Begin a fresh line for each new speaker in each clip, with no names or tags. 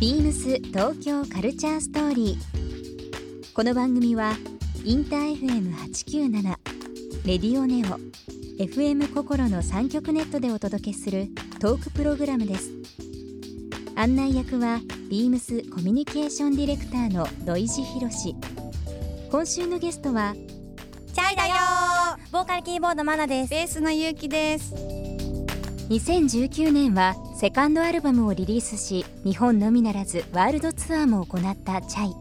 ビームス東京カルチャーストーリー。この番組はインター FM897 レディオネオ FM 心の三極ネットでお届けするトークプログラムです。案内役はビームスコミュニケーションディレクターの土井博志。今週のゲストは
チャイだよボーカルキーボードマナです
ベースのゆうきです
2019年はセカンドアルバムをリリースし日本のみならずワールドツアーも行ったチャイ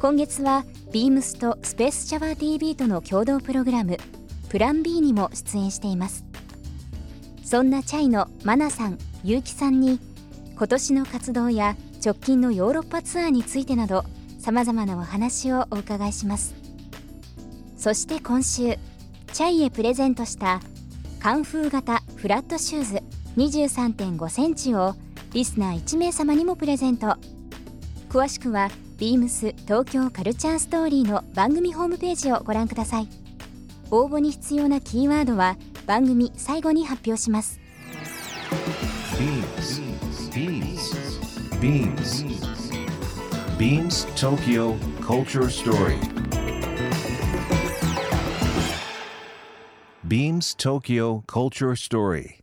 今月はビームスとスペースシャワー TV との共同プログラムプラン B にも出演していますそんなチャイのマナさんゆうきさんに今年の活動や直近のヨーロッパツアーについてなどさまざまなお話をお伺いしますそして今週チャイへプレゼントしたカンフー型フラットシューズ23.5センチをリスナー1名様にもプレゼント詳しくは beams 東京カルチャーストーリーの番組ホームページをご覧ください応募に必要なキーワードは番組最後に発表します
BeamsBeamsBeams Tokyo Culture Story Beams Tokyo Culture Story.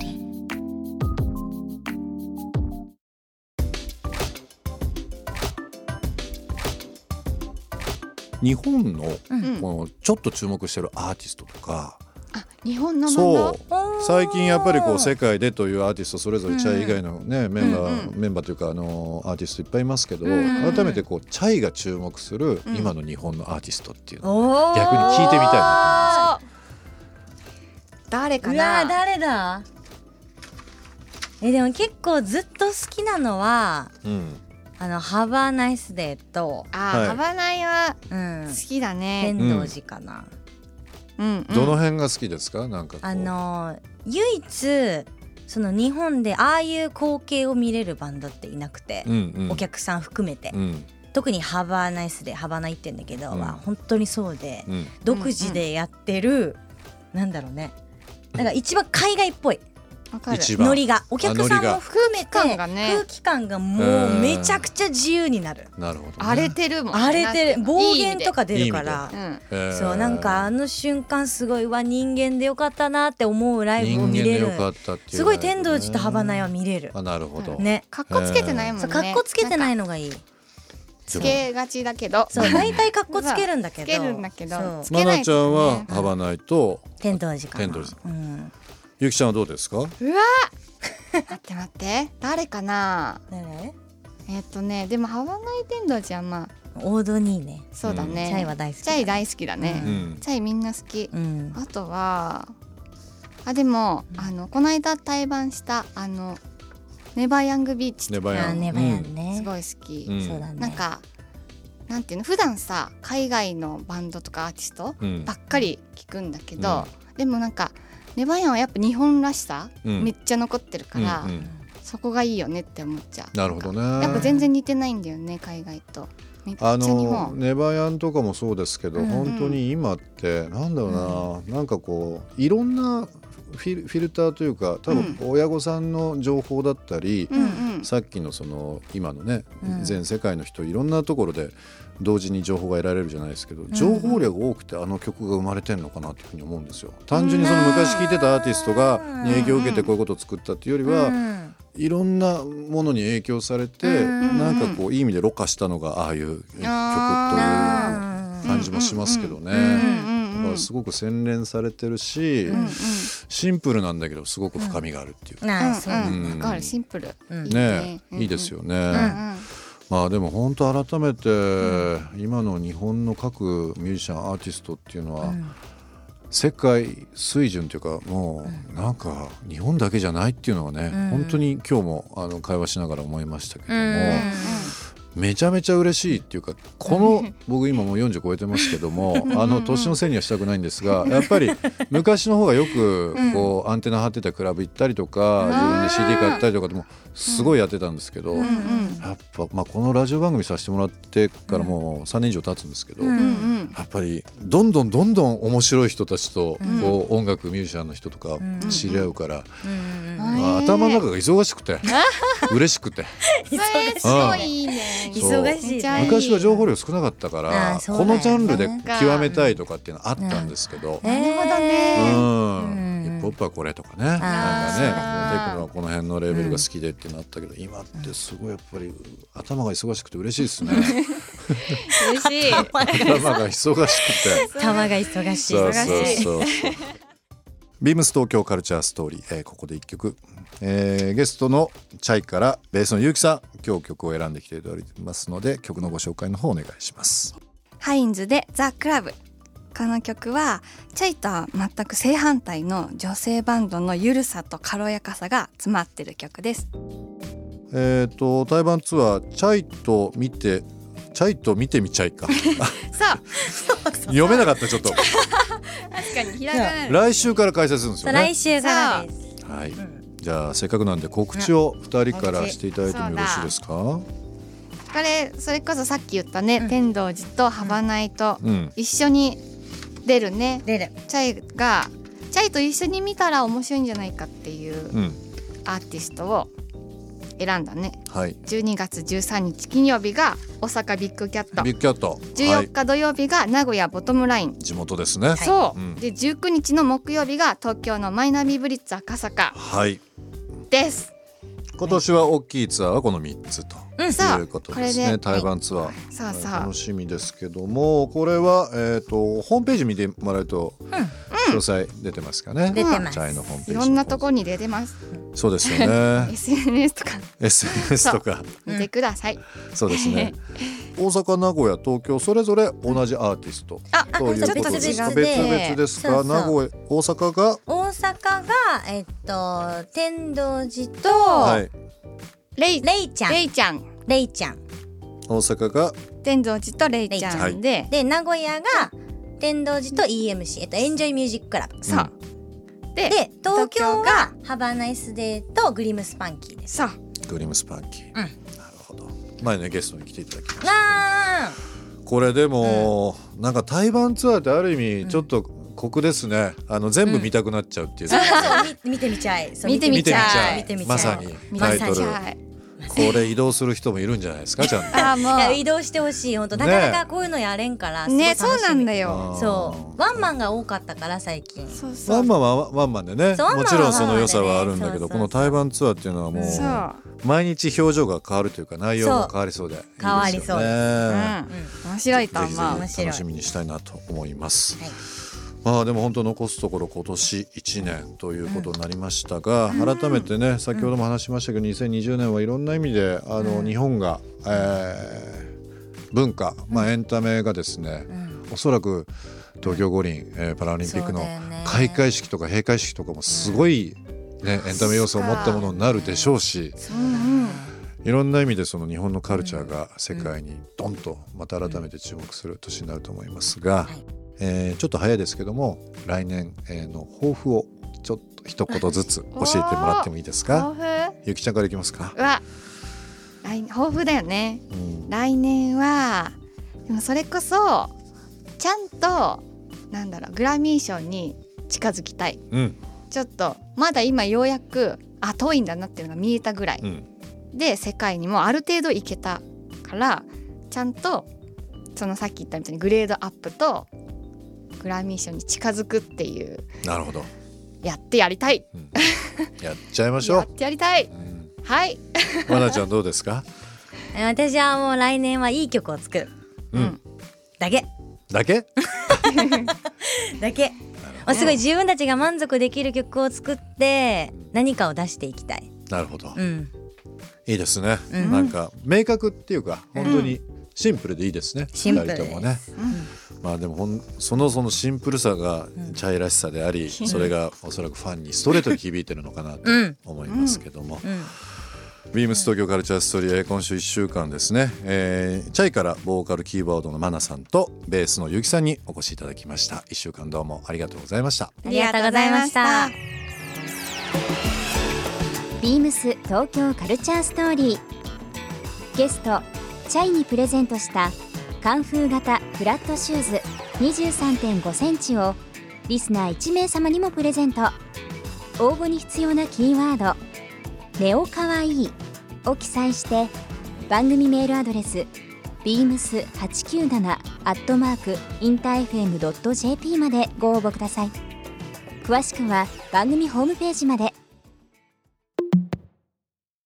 リー
日本のこのちょっと注目してるアーティストとか、
うん、日本の
そう最近やっぱりこう世界でというアーティストそれぞれチャイ以外のね、メンバー、うんうん、メンバーというかあのアーティストいっぱいいますけど、うんうん、改めてこうチャイが注目する今の日本のアーティストっていうのを逆に聞いてみたいなと思い
ますけど誰かな
誰だえでも結構ずっと好きなのは、うん、あのハバーナイスデーと
あ、はい、ハバーナイは好きだね、
天童寺かな、
うん、どの辺が好きですかなんか
あの唯一その日本でああいう光景を見れるバンドっていなくて、うんうん、お客さん含めて、うん、特にハバーナイスでハバナイって言うんだけど、うん、本当にそうで、うん、独自でやってる、うんうん、なんだろうねなんか一番海外っぽい。ノリがお客さんも含めて空気感がもうめちゃくちゃ自由になる
なるほど、ね、
荒れてるもん
荒れてる暴言とか出るからそうなんかあの瞬間すごいわ人間でよかったなって思うライブを見れるすごい天童寺と幅内は見れる
あなるほど
ね
かっこつけてないもんね
かっこつけてないのがいい
つけがちだけど
そう大体かっこつけるんだけど
つけるんだけど
つけない、ね、ちゃんは幅内と
天童寺か
天童寺うんゆきちゃんはどうですかうわ
待って待って誰かなえっとねでもハワナイ天童寺はま
あ王道にね
そうだね、
チャイは大好き
チャイ大好きだね、うん、チャイみんな好き、うん、あとはあでもあのこの間対バンしたあのネバーヤングビーチ
ネバーヤン
ネバーヤンね、
うん、すごい好き、そうだねなんかなんていうの普段さ海外のバンドとかアーティストばっかり聞くんだけど、でもなんかネバヤンはやっぱ日本らしさ、うん、めっちゃ残ってるから、うんうん、そこがいいよねって思っちゃ
うなるほどね
やっぱ全然似てないんだよね海外と。
あのネバヤンとかもそうですけど、うんうん、本当に今ってなんだろうな、うん、なんかこういろんなフィフィルターというか多分親御さんの情報だったり、うん、さっきのその今のね、うん、全世界の人いろんなところで同時に情報が得られるじゃないですけど情報量が多くてあの曲が生まれてるのかなというふうに思うんですよ。単純にその昔聴いてたアーティストが影響を受けてこういうことを作ったっていうよりは、うん、いろんなものに影響されてなんかこういい意味でろ過したのがああいう曲という感じもしますけどね。すごく洗練されてるし、うんうん、シンプルなんだけどすごく深みがあるっていう。
うん、かるシンプル、
うん、ね、うんうん、いいですよね。うんうん、まあでも本当改めて今の日本の各ミュージシャンアーティストっていうのは、世界水準というかもうなんか日本だけじゃないっていうのはね、本当に今日もあの会話しながら思いましたけども。めちゃめちゃ嬉しいっていうかこの僕今もう40超えてますけどもあの年のせいにはしたくないんですがやっぱり昔の方がよくこう、アンテナ張ってたクラブ行ったりとか自分で CD 買ったりとかでもすごいやってたんですけど、やっぱ、まあ、このラジオ番組させてもらってからもう3年以上経つんですけど、やっぱりどんどんどんどん面白い人たちとこう、音楽ミュージシャンの人とか知り合うから、まあ、頭の中が忙しく て嬉しくて。
すごいいいね
忙しい、ね、
昔は情報量少なかったから、ね、このジャンルで極めたいとかっていうのあったんですけど、
なるほどね、
うん、ヒップホップはこれとかねなんかねテクノはこの辺のレーベルが好きでってなったけど、今ってすごいやっぱり頭が忙しくて嬉しいですね。
嬉し い頭
が忙し くて
頭が忙しい
そうそうそう ビームス東京カルチャーストーリー、えー、ここで一曲、えー、ゲストのチャイからベースの結城さん今日曲を選んできておりますので曲のご紹介の方お願いします
ハインズでザ・クラブこの曲はチャイとは全く正反対の女性バンドのゆるさと軽やかさが詰まってる曲です
えっ、と台湾ツアーチャイと見てチャイと見てみちゃい か
そう
読めなかったちょっと
確かにひらがな
来週から開催するんですよね
来週からです
はい、うん、じゃあせっかくなんで告知を二人からしていただいてもよろしいですかこ
れそれこそさっき言ったね、うん、天童寺と幅内と一緒に出るね、
出る、
うん、チャイがチャイと一緒に見たら面白いんじゃないかっていうアーティストを選んだね、
はい、
12月13日金曜日が大阪ビッグキャット
ビッグキャット
14日土曜日が名古屋ボトムライン、はい、
地元ですね
そう、うん、で19日の木曜日が東京のマイナビブリッツ赤坂
はい
です
今年は大きいツアーはこの3つと、うん、いうことですね、台湾ツアー、はい、
そうそう楽
しみですけどもこれは、えーと、とホームページ見てもらうと、うん詳細出てますかね。
出てます。
いろんなところに出てます。
そうですよ ね。
SNS とか。
SNS とか。
見てください。
そうですね。 大阪、名古屋、東京それぞれ同じアーティストということです。別々ですか。名古屋、大阪が
大阪がえっと天童寺と
レイ
レイちゃん
レイちゃん
レイちゃん
大阪が
天童寺とレイちゃんで
で名古屋が天童寺と EMC、えっと、エンジョイミュージッククラブ。
そう。
で東京がハバナイスデーとグリムスパンキーです。。
そう。
グリムスパンキー。うん、なるほど。前ねゲストに来ていただきましたこれでも、うなんか台湾ツアーってある意味ちょっと、酷ですね。あの全部見たくなっちゃうっていう。
見てみ ちゃい。
見てみちゃ
い。見てみちゃい。まさにタイトル。これ移動する人もいるんじゃないですかちゃん と。
あもう移動してほしい本当なかなかこういうのやれんから
ねそうなんだよ。。
そうワンマンが多かったから最近。
ワンマンはワンマンでねもちろんその良さはあるんだけどこの台湾ツアーっていうのはもう毎日表情が変わるというか内容が変わりそうで
変わりそうです
面白いと思う。楽
しみにしたいなと思います。まあでも本当残すところ今年1年ということになりましたが、改めてね先ほども話しましたけど2020年はいろんな意味であの日本が、えー、文化、まあ、エンタメがですね、うおそらく東京五輪、えー、パラリンピックの開会式とか閉会式とかもすごい、ねエンタメ要素を持ったものになるでしょうし。いろんな意味でその日本のカルチャーが世界にドンとまた改めて注目する年になると思いますが、えー、ちょっと早いですけども来年、えー、の抱負をちょっと一言ずつ教えてもらってもいいですかゆきちゃんからいきますか
うわ来抱負だよね、うん、来年はでもそれこそちゃんとなんだろうグラミー賞に近づきたい、
うん、
ちょっとまだ今ようやくあ遠いんだなっていうのが見えたぐらい、うん、で世界にもある程度いけたからちゃんとそのさっき言ったみたいにグレードアップとグラミー賞に近づくっていう
なるほど
やってやりたい、
うん、やっちゃいましょう
やりたい、うん、はい
まなちゃんどうですか
私はもう来年はいい曲を作る
うん、
だけ
だけ
だけすごい自分たちが満足できる曲を作って何かを出していきたい
なるほど、
うん、
いいですね、うん、なんか明確っていうか本当にシンプルでいいですね、
シンプルと
もね、まあでもほんそのそのシンプルさがチャイらしさであり、それがおそらくファンにストレートに響いてるのかなと思いますけども、ビームス東京カルチャーストーリー、えー、今週1週間ですね、えー、チャイからボーカルキーボードのマナさんとベースのゆきさんにお越しいただきました1週間どうもありがとうございました
ありがとうございました
ビームス東京カルチャーストーリーゲストチャイにプレゼントしたカンフー型フラットシューズ23.5センチをリスナー1名様にもプレゼント応募に必要なキーワード「ネオかわいい」を記載して番組メールアドレス beams897-infm.jp までご応募ください詳しくは番組ホームページまで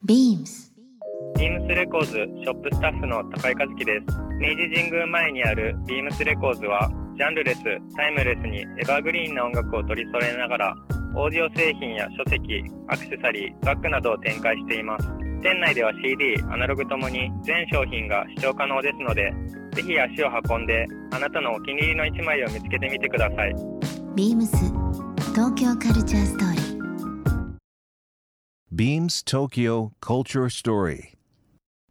BEAMS
ビームスレコーズショップスタッフの高井和樹です明治神宮前にあるビームスレコーズはジャンルレスタイムレスにエバーグリーンな音楽を取り揃えながらオーディオ製品や書籍アクセサリーバッグなどを展開しています店内では CD アナログともに全商品が視聴可能ですのでぜひ足を運んであなたのお気に入りの1枚を見つけてみてください
ビームス東京カルチャーストーリー
Beams Tokyo Culture Story